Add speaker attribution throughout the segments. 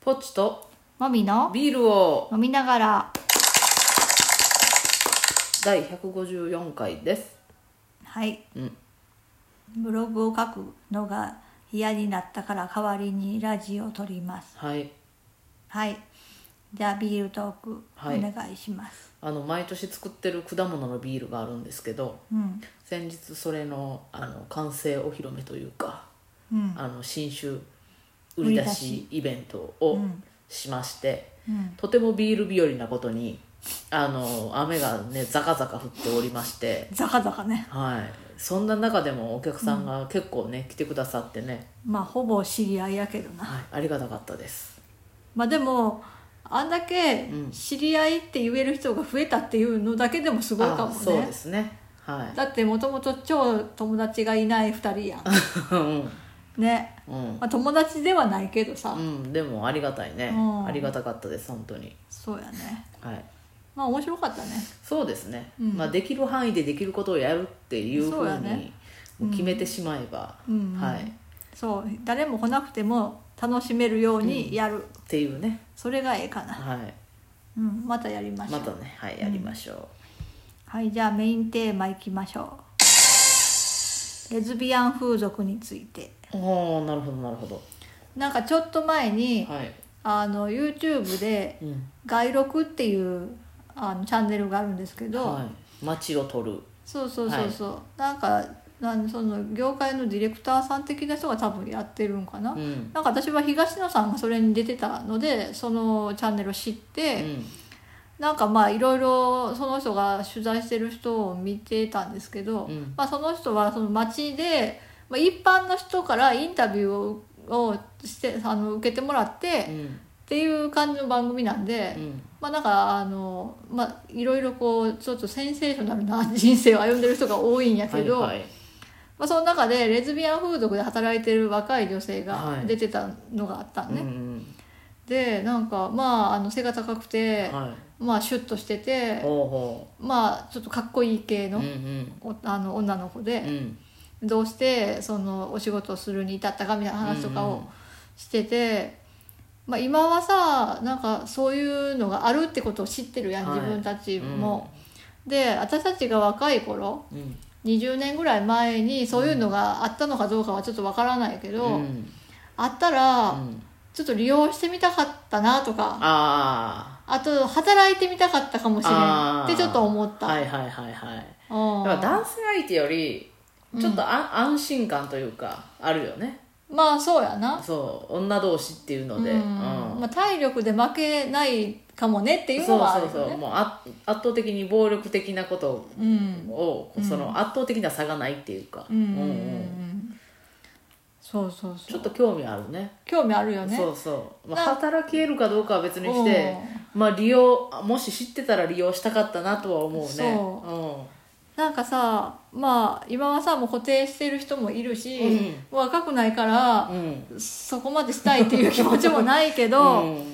Speaker 1: ポッチと
Speaker 2: もみの
Speaker 1: ビールを
Speaker 2: 飲みながら
Speaker 1: 第154回です
Speaker 2: はい、
Speaker 1: うん
Speaker 2: ブログを書くのが嫌になったから代わりにラジオを撮ります
Speaker 1: はい
Speaker 2: はいじゃあビールトークお
Speaker 1: はい
Speaker 2: 願いします、
Speaker 1: あの毎年作ってる果物のビールがあるんですけど
Speaker 2: うん
Speaker 1: 先日それのあの完成お披露目というか
Speaker 2: うん
Speaker 1: あの新酒売り出しイベントを
Speaker 2: うん
Speaker 1: しまして、
Speaker 2: うん
Speaker 1: とてもビール日和なことにあの雨がねザカザカ降っておりまして
Speaker 2: ザカザカね
Speaker 1: はいそんな中でもお客さんが結構ね、来てくださってね、
Speaker 2: まあほぼ知り合いやけどな
Speaker 1: はい、ありがたかったです
Speaker 2: まあでもあんだけ
Speaker 1: うん
Speaker 2: 知り合いって言える人が増えたっていうのだけでもすごいかも
Speaker 1: あそう
Speaker 2: ね
Speaker 1: ですねはい
Speaker 2: だってもともと超友達がいない2人や
Speaker 1: うん
Speaker 2: んね、
Speaker 1: うん
Speaker 2: まあ、友達ではないけどさ、
Speaker 1: うん、でもありがたいね、
Speaker 2: うん
Speaker 1: ありがたかったです本当に
Speaker 2: そうやね
Speaker 1: はい
Speaker 2: まあ面白かったね
Speaker 1: そうですね、
Speaker 2: うん
Speaker 1: まあ、できる範囲でできることをやるっていうふ
Speaker 2: そううや
Speaker 1: に
Speaker 2: ね
Speaker 1: もう決めてしまえば、
Speaker 2: うん
Speaker 1: はい、っ
Speaker 2: そう誰も来なくても楽しめるようにやる、
Speaker 1: ていうね、
Speaker 2: それがええかな、
Speaker 1: はい、
Speaker 2: うん、またやりましょ
Speaker 1: ま
Speaker 2: う、
Speaker 1: たね、はい、やりましょう、
Speaker 2: はいじゃあメインテーマいきましょうレズビアン風俗について
Speaker 1: おおなるほどなるほど
Speaker 2: なんかちょっと前に、
Speaker 1: はい、
Speaker 2: あの YouTube で
Speaker 1: うん
Speaker 2: 「外録」っていうあのチャンネルがあるんですけど、
Speaker 1: はい、街を取る
Speaker 2: そうそうそうそう、なんかなんその業界のディレクターさん的な人が多分やってるんかな、
Speaker 1: うん、
Speaker 2: なんか私は東野さんがそれに出てたのでそのチャンネルを知っ
Speaker 1: う
Speaker 2: て、
Speaker 1: ん、
Speaker 2: なんかまあいろいろその人が取材してる人を見てたんですけど、
Speaker 1: うん
Speaker 2: まあ、その人はその街で、まあ、一般の人からインタビューををしてあの受けてもらって、
Speaker 1: う
Speaker 2: っ
Speaker 1: ん
Speaker 2: ていう感じの番組なんで、
Speaker 1: うん
Speaker 2: まあなんかあのまあいろいろこうちょっとセンセーショナルな人生を歩んでる人が多いんやけど、
Speaker 1: はいはい
Speaker 2: まあ、その中でレズビアン風俗で働いてる若い女性
Speaker 1: は
Speaker 2: が
Speaker 1: い
Speaker 2: 出てたのがあったのね、
Speaker 1: うんうん
Speaker 2: でなんかまああの背が高くて、
Speaker 1: は
Speaker 2: まあシュッとして
Speaker 1: い、
Speaker 2: て
Speaker 1: ほうほ
Speaker 2: まあちょっとかっこいい系
Speaker 1: う、
Speaker 2: の,、
Speaker 1: うんうん
Speaker 2: おあの女の子
Speaker 1: う
Speaker 2: で、
Speaker 1: ん、
Speaker 2: どうしてそのお仕事をするに至ったかみたいな話とか
Speaker 1: うんう
Speaker 2: を
Speaker 1: ん
Speaker 2: してて、まあ、今はさなんかそういうのがあるってことを知ってるやん、
Speaker 1: はい
Speaker 2: 自分たちも。で私たちが若い頃
Speaker 1: うん
Speaker 2: 20年ぐらい前にそういうのがあったのかどうかはちょっとわからないけど、
Speaker 1: うん
Speaker 2: あった
Speaker 1: う
Speaker 2: ら
Speaker 1: ん
Speaker 2: ちょっと利用してみたかったなとか
Speaker 1: あ
Speaker 2: あと働いてみたかったかもしれん
Speaker 1: あ
Speaker 2: っ
Speaker 1: ー
Speaker 2: てちょっと思っ
Speaker 1: あ
Speaker 2: た、
Speaker 1: はいはいはいはい
Speaker 2: うん
Speaker 1: だから男性相手よりちょっとあ、安心感というかあるよね
Speaker 2: まあそうやな、
Speaker 1: そう女同士っていうので、
Speaker 2: うん
Speaker 1: うん
Speaker 2: まあ、体力で負けないかもねっていう
Speaker 1: そ
Speaker 2: の
Speaker 1: う
Speaker 2: はある
Speaker 1: そ
Speaker 2: よ
Speaker 1: う
Speaker 2: ね
Speaker 1: そうもうあ圧倒的に暴力的なこと
Speaker 2: うん
Speaker 1: を、その圧倒的な差がないっていうか、
Speaker 2: うんうんうんう
Speaker 1: うんうん
Speaker 2: んそうそう
Speaker 1: ちょ
Speaker 2: そ
Speaker 1: っ
Speaker 2: う
Speaker 1: と興味あるね
Speaker 2: 興味あるよね
Speaker 1: そうそう、まあ、
Speaker 2: な
Speaker 1: 働けるかどうかは別にして、まあ、利用もし知ってたら利用したかったなとは思うね
Speaker 2: そなんかさまあ今はさもう固定してる人もいるし、
Speaker 1: う
Speaker 2: 若くないから
Speaker 1: う、んうん
Speaker 2: そこまでしたいっていう気持ちもないけ ど、
Speaker 1: うん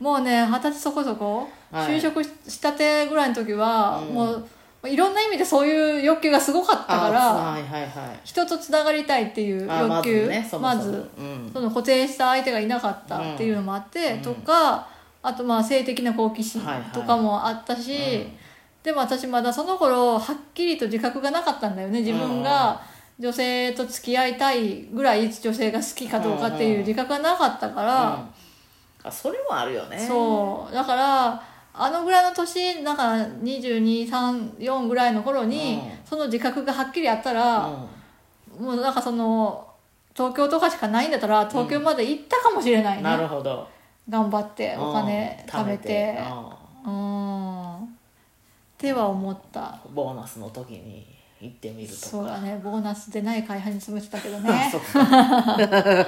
Speaker 2: もうね二十歳そこそこ、
Speaker 1: はい
Speaker 2: 就職したてぐらいの時は、
Speaker 1: うん
Speaker 2: もういろんな意味でそういう欲求がすごかったから
Speaker 1: あはいはいはい
Speaker 2: 人とつながりたいっていう
Speaker 1: あま
Speaker 2: 欲
Speaker 1: ず
Speaker 2: 求
Speaker 1: ねそも
Speaker 2: ま
Speaker 1: そも
Speaker 2: ず
Speaker 1: うん
Speaker 2: その固定した相手がいなかったっていうのもあって、
Speaker 1: うん
Speaker 2: とかあとまあ性的な好奇心
Speaker 1: はいはい
Speaker 2: とかもあったし、
Speaker 1: うん
Speaker 2: でも私まだその頃はっきりと自覚がなかったんだよね自分が女性と付き合いたいぐらい女性が好きかどうかっていう自覚がなかったから。
Speaker 1: うんあそれもあるよね
Speaker 2: そうだからあのぐらいの年なんか2234ぐらいの頃に、
Speaker 1: う
Speaker 2: その自覚がはっきりあったら、もうなんかその東京とかしかないんだったら東京まで行ったかもしれな
Speaker 1: う
Speaker 2: い
Speaker 1: ん
Speaker 2: ね、
Speaker 1: なるほど
Speaker 2: 頑張ってお金
Speaker 1: うん
Speaker 2: 貯めてうんっては思った
Speaker 1: うんボーナスの時に行ってみると
Speaker 2: そうだねボーナス出ない会社に勤めてたけ ど
Speaker 1: そ
Speaker 2: ね
Speaker 1: っか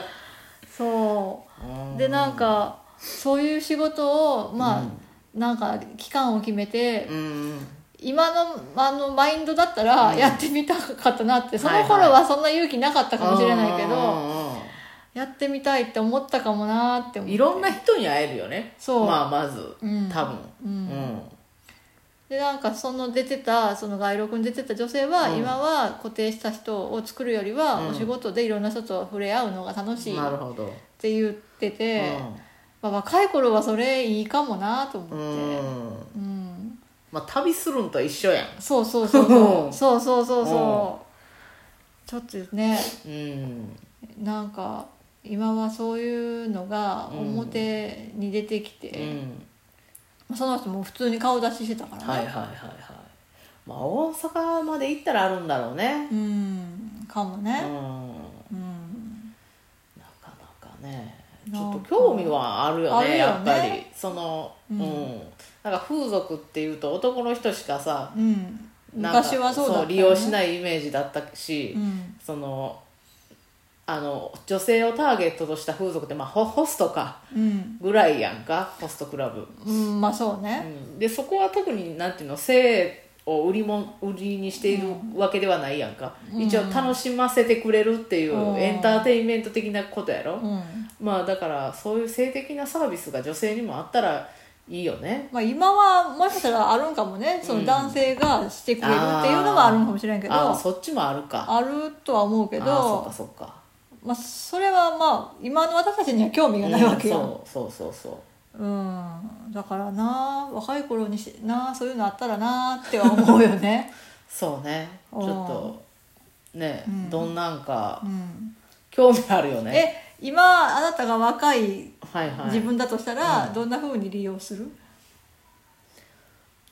Speaker 2: そう
Speaker 1: うん
Speaker 2: でなんかそういう仕事をまあ、
Speaker 1: うん
Speaker 2: なんか期間を決めて
Speaker 1: うん
Speaker 2: 今のあのマインドだったら
Speaker 1: うん
Speaker 2: やってみたかったなって、そ
Speaker 1: は
Speaker 2: の
Speaker 1: いはい
Speaker 2: 頃はそんな勇気なかったかもしれないけど、
Speaker 1: うん
Speaker 2: やってみたいって思ったかもなって
Speaker 1: うん
Speaker 2: 思って
Speaker 1: いろんな人に会えるよね
Speaker 2: そう
Speaker 1: まあまず
Speaker 2: うん
Speaker 1: 多分
Speaker 2: う
Speaker 1: うんん
Speaker 2: でなんかその出てたその外録に出てた女性は、
Speaker 1: うん
Speaker 2: 今は固定した人を作るよりは、
Speaker 1: うん
Speaker 2: お仕事でいろんな人と触れ合うのが楽しいっ
Speaker 1: なるほど
Speaker 2: て言ってて、
Speaker 1: うん
Speaker 2: まあ、若い頃はそれいいかもなと思
Speaker 1: う
Speaker 2: って
Speaker 1: ん
Speaker 2: うん、
Speaker 1: まあ旅するんとは一緒やん
Speaker 2: そうそうそうそ うそうそうそうそうちょっとね
Speaker 1: うん
Speaker 2: なんか今はそういうのが表に出てき
Speaker 1: う
Speaker 2: て、
Speaker 1: ん
Speaker 2: まあその人も普通に顔出ししてたからね、
Speaker 1: はいはいはいはいまあ大阪まで行ったらあるんだろうね
Speaker 2: うんかも
Speaker 1: うん
Speaker 2: ねうん
Speaker 1: なかなかねち
Speaker 2: なん
Speaker 1: ょ
Speaker 2: か
Speaker 1: っと興味はあるよね
Speaker 2: あるよね
Speaker 1: やっぱりそのう、
Speaker 2: うんん
Speaker 1: なんか風俗っていうと男の人しかさ
Speaker 2: うん
Speaker 1: なんか
Speaker 2: 昔はそうだったよね
Speaker 1: 利用しないイメージだったし、
Speaker 2: うん
Speaker 1: そのあの女性をターゲットとした風俗って、まあ、ホホストか
Speaker 2: うん、
Speaker 1: ぐらいやんかホストクラブ、
Speaker 2: うん、まあそう
Speaker 1: う
Speaker 2: ね
Speaker 1: ん、でそこは特になんていうの性を売りも売りにしているわけではないやんか、
Speaker 2: うん
Speaker 1: 一応楽しませてくれるっていう
Speaker 2: うん
Speaker 1: エンターテインメント的なことやろ、
Speaker 2: うん、
Speaker 1: まあだからそういう性的なサービスが女性にもあったらいいよね
Speaker 2: まあ今はもしかしたらあるんかもねその男性がしてくれるっていうのはあるんかもしれんけど、
Speaker 1: ああそっちもあるか
Speaker 2: あるとは思うけど
Speaker 1: ああそっかそっか
Speaker 2: まあ、それはまあ今の私たちには興味がないわけ
Speaker 1: う
Speaker 2: よ、
Speaker 1: んそうそうそうそう
Speaker 2: うんだからな若い頃にしなそういうのあったらなっては思うよ ね、
Speaker 1: そうねちょ
Speaker 2: うん
Speaker 1: っとね、
Speaker 2: うん
Speaker 1: どんなんか
Speaker 2: うん、
Speaker 1: 興味あるよね
Speaker 2: え今あなたが若い
Speaker 1: はいはい
Speaker 2: 自分だとしたら、
Speaker 1: うん
Speaker 2: どんなふうに利用する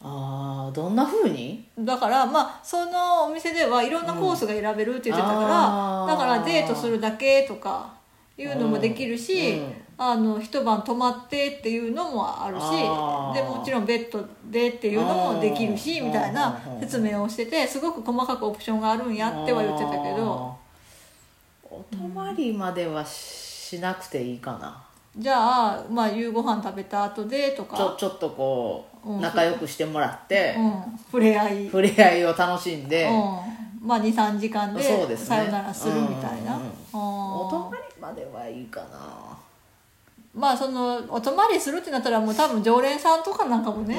Speaker 1: ああどんなふうに
Speaker 2: だからまあそのお店ではいろんなコースが選べるって言ってたから、
Speaker 1: うんあー
Speaker 2: だからデートするだけとかいうのもできるし、
Speaker 1: うんうん
Speaker 2: あの一晩泊まってっていうのもあるし
Speaker 1: あー
Speaker 2: でもちろんベッドでっていうのもできるし
Speaker 1: うん
Speaker 2: みたいな
Speaker 1: うん
Speaker 2: 説明をしててすごく細かくオプションがあるんやっては言ってたけ
Speaker 1: あ
Speaker 2: ど
Speaker 1: ーお泊まりまではしなくていいかな、
Speaker 2: じゃあまあ夕ご飯食べた後でと
Speaker 1: ちょ
Speaker 2: か、
Speaker 1: ちょっとこう、
Speaker 2: うん
Speaker 1: 仲良くしてもらって、
Speaker 2: うん、触れ合い、うん
Speaker 1: 触れ合いを楽しんで、
Speaker 2: まあ、23時間で
Speaker 1: そうですね
Speaker 2: さよならするみたいな。
Speaker 1: うんうんうん
Speaker 2: あー
Speaker 1: お泊まりまではいいかな
Speaker 2: まあそのお泊まりするってなったらもう多分常連さんとかなんかもね、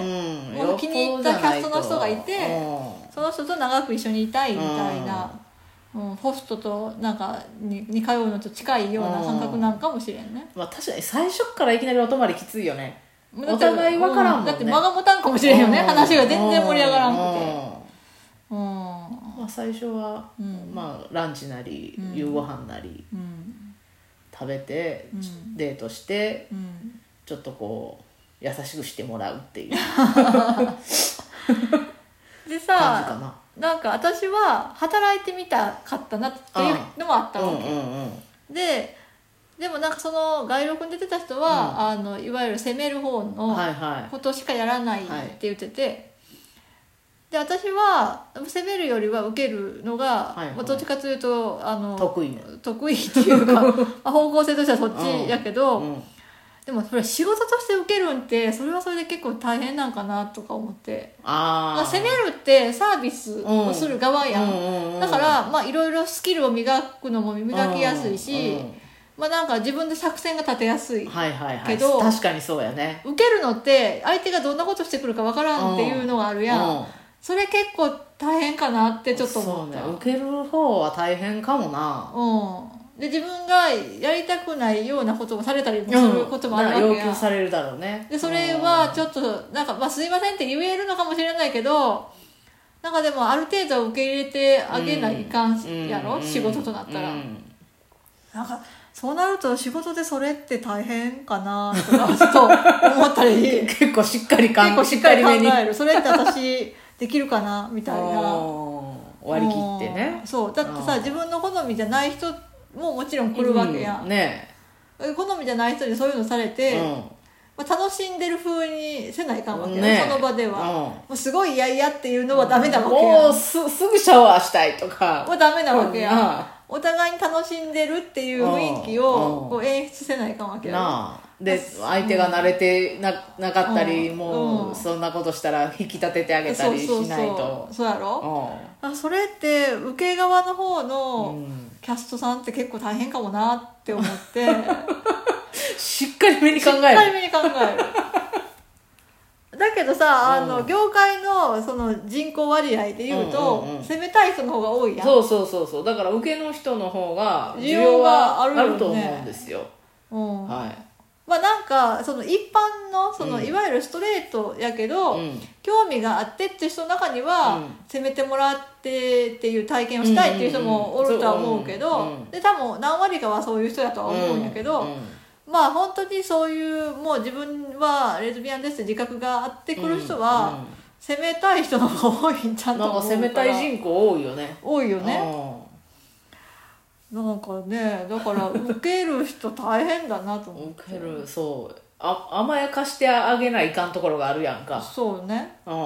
Speaker 1: うん
Speaker 2: もう気に入ったキャストの人がいて
Speaker 1: よ
Speaker 2: その人と長く一緒にいたいみたいな、うんホストとなんかにに通うのと近いような感覚なんかもしれんね、
Speaker 1: っぽどじゃないとうんまあ、確かに最初からいきなりお泊まりきついよね
Speaker 2: もうだって
Speaker 1: お互い分からんもんね
Speaker 2: だって間が持たんかもしれんよね、
Speaker 1: うん
Speaker 2: 話が全然盛り上がらんく
Speaker 1: うん
Speaker 2: てうん
Speaker 1: まあ、最初は、
Speaker 2: うん
Speaker 1: まあ、ランチなり
Speaker 2: うん
Speaker 1: 夕ご飯なり
Speaker 2: うん
Speaker 1: 食べて、
Speaker 2: うん
Speaker 1: ちょデートして
Speaker 2: うん
Speaker 1: ちょっとこう優しくしてもらうって いう
Speaker 2: で
Speaker 1: 感じか
Speaker 2: さ
Speaker 1: な
Speaker 2: なんか私は働いてみたかったなっていうのもあったわ
Speaker 1: う
Speaker 2: け、
Speaker 1: んうんうん
Speaker 2: ででもなんかその外録に出てた人は、あのいわゆる攻める方の
Speaker 1: はいは
Speaker 2: ことしかやらないっ
Speaker 1: はい
Speaker 2: て言ってて、で私は攻めるよりは受けるのが、
Speaker 1: はいはい
Speaker 2: まあどっちかというとあ
Speaker 1: い
Speaker 2: の
Speaker 1: 得意ね
Speaker 2: 得意っていう かまあ方向性としてはそっちやけど、
Speaker 1: うん
Speaker 2: でもそれ仕事として受けるんってそれはそれで結構大変なんかなとか思って、
Speaker 1: あ
Speaker 2: まあ、
Speaker 1: あ
Speaker 2: 攻めるってサービスをする側やん、
Speaker 1: うんうん
Speaker 2: だからまあいろいろスキルを磨くのも磨きやすいし、
Speaker 1: うん
Speaker 2: まあなんか自分で作戦が立てやすい
Speaker 1: はいはいはい
Speaker 2: けど
Speaker 1: 確かにそうやね
Speaker 2: 受けるのって相手がどんなことしてくるかわからんっていうのがあるやん、
Speaker 1: うん
Speaker 2: それ結構大変かなってちょっと思った
Speaker 1: そううね受ける方は大変かもな
Speaker 2: うんで自分がやりたくないようなことをされたりもすることもあるわけや、
Speaker 1: うんだから要求されるだろうね
Speaker 2: でそれはちょっとなんか、まあ、すいませんって言えるのかもしれないけどなんかでもある程度受け入れてあげないかんやろ、
Speaker 1: うん
Speaker 2: 仕事となったら、
Speaker 1: うん
Speaker 2: なんかそうなると仕事でそれって大変かなとかちょっと思った り
Speaker 1: 結構しっかりかん
Speaker 2: 結構しっかり考
Speaker 1: しっかり
Speaker 2: えるそれって私できるかなみたい
Speaker 1: めに
Speaker 2: な
Speaker 1: うん割り切って
Speaker 2: う
Speaker 1: ね
Speaker 2: んそうだって
Speaker 1: う
Speaker 2: さ
Speaker 1: ん
Speaker 2: 自分の好みじゃない人ももちろん来るわけや、
Speaker 1: うんんね
Speaker 2: 好みじゃない人にそういうのされて、
Speaker 1: う
Speaker 2: まあ、楽しんでる風にせないかんわけやん、
Speaker 1: ね
Speaker 2: その場では、
Speaker 1: うん
Speaker 2: もうすごい嫌々っていうのはダメなんわけやん、
Speaker 1: もうすすぐシャワーしたいと
Speaker 2: も
Speaker 1: か
Speaker 2: うダメなわけやん、
Speaker 1: うんな
Speaker 2: お互いに楽しんでるっていう雰囲気
Speaker 1: うん
Speaker 2: をこう演出せないかんわけやろ
Speaker 1: なあで相手が慣れてななかったり
Speaker 2: うん
Speaker 1: も
Speaker 2: う
Speaker 1: うんそんなことしたら引き立ててあげた
Speaker 2: そう
Speaker 1: りし
Speaker 2: そう
Speaker 1: ない
Speaker 2: そ
Speaker 1: と
Speaker 2: うそうやろ、
Speaker 1: う
Speaker 2: あそれって受け側の方
Speaker 1: ん
Speaker 2: の
Speaker 1: うん
Speaker 2: キャストさんって結構大変かもなって思って
Speaker 1: しっかりめに
Speaker 2: し
Speaker 1: 考
Speaker 2: っ
Speaker 1: え
Speaker 2: かり
Speaker 1: る
Speaker 2: めに考えるだけどさあ
Speaker 1: う
Speaker 2: の
Speaker 1: ん
Speaker 2: 業界のその人口割合でいう
Speaker 1: う
Speaker 2: と
Speaker 1: んうんうん
Speaker 2: 攻めたい人の方が多いやん
Speaker 1: そうそうそうそうだから受けの人の方が
Speaker 2: 需要があるよね
Speaker 1: 需要はあると思うんですよ
Speaker 2: うんま
Speaker 1: はい
Speaker 2: まあなんかその一般のその
Speaker 1: うん
Speaker 2: いわゆるストレートやけど、
Speaker 1: うん
Speaker 2: 興味があってって人の中には、
Speaker 1: うん
Speaker 2: せめてもらってっていう体験をしたいっていう人もおるとは思うけ
Speaker 1: うんうんうん
Speaker 2: ど
Speaker 1: そううん
Speaker 2: で多分何割かはそういう人だとは思うんやけど、
Speaker 1: うんうん
Speaker 2: まあ本当にそういうもう自分はレズビアンですって自覚があってくる人は、責めたい人の方が多いんちゃ
Speaker 1: う
Speaker 2: うんと
Speaker 1: なん
Speaker 2: 思
Speaker 1: か
Speaker 2: うから
Speaker 1: 攻めたい人口多いよね
Speaker 2: 多いよね
Speaker 1: うん
Speaker 2: なんかねだから受ける人大変だなと思って
Speaker 1: 受けるそうあ甘やかしてあげないかんところがあるやんか、
Speaker 2: そうね、
Speaker 1: う
Speaker 2: うん、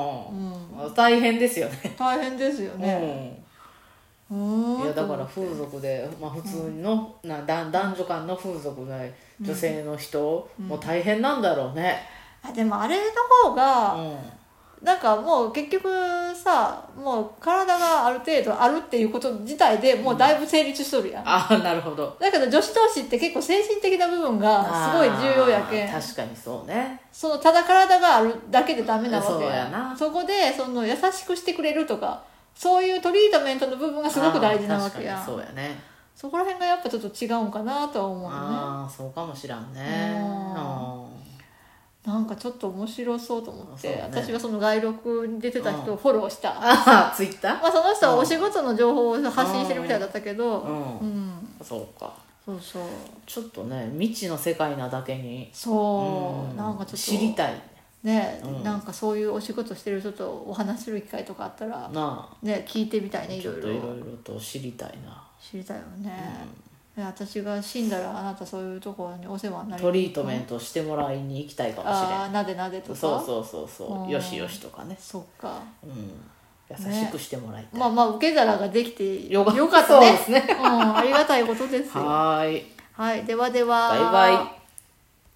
Speaker 1: ん、大変ですよね
Speaker 2: 大変ですよね、うーん、
Speaker 1: いやだから風俗で、まあ、普通の、なだ男女間の風俗が女性の人、もう大変なんだろうね、
Speaker 2: あでもあれの方
Speaker 1: う
Speaker 2: が、
Speaker 1: ん
Speaker 2: なんかもう結局さもう体がある程度あるっていうこと自体でもうだいぶ成立しとるやん、
Speaker 1: ああなるほど
Speaker 2: だけど女子同士って結構精神的な部分がすごい重要やけん
Speaker 1: あー確かにそうね
Speaker 2: そのただ体があるだけでダメなわけ
Speaker 1: そうやな
Speaker 2: そこでその優しくしてくれるとかそういうトリートメントの部分がすごく大事なわけ
Speaker 1: あー
Speaker 2: や
Speaker 1: 確
Speaker 2: そ
Speaker 1: かにそうやね
Speaker 2: こら辺がやっぱちょっと違うんかなとは思うね
Speaker 1: ああそうかもしらんね
Speaker 2: うん
Speaker 1: うん
Speaker 2: なんかちょっと面白そうと思っ
Speaker 1: あ
Speaker 2: て、
Speaker 1: そうね
Speaker 2: 私はその外録に出てた人をフォローした、 ま
Speaker 1: ああツイッタ
Speaker 2: あその人はお仕事の情報を発信してるみたいだったけど
Speaker 1: ーうん、
Speaker 2: うん
Speaker 1: そうか
Speaker 2: そうそう
Speaker 1: ちょっとね未知の世界なだけに
Speaker 2: そう、
Speaker 1: うん
Speaker 2: なんかちょっと
Speaker 1: 知りたい
Speaker 2: ね、
Speaker 1: うん
Speaker 2: なんかそういうお仕事してる人とお話しする機会とかあったら、
Speaker 1: なあ
Speaker 2: ね聞いてみたいねい
Speaker 1: ちょ
Speaker 2: ろ
Speaker 1: っ
Speaker 2: い
Speaker 1: とい
Speaker 2: ろ
Speaker 1: ろいろと知りたいな
Speaker 2: 知りたいよね、いや私が死んだらあなたそういうところにお世話になる
Speaker 1: トリートメントしてもらいに行きたいかもしれ
Speaker 2: あ
Speaker 1: ん
Speaker 2: あなでなでと
Speaker 1: そう
Speaker 2: か
Speaker 1: そうそうそううんよしよしとかね、
Speaker 2: そっか
Speaker 1: うん、優しくしてもらいたい、
Speaker 2: まあまあ受け皿ができて
Speaker 1: よかった
Speaker 2: よかったね
Speaker 1: そうですね
Speaker 2: うん、ありがたいことです よ
Speaker 1: はーい
Speaker 2: はいではでは
Speaker 1: バイバイ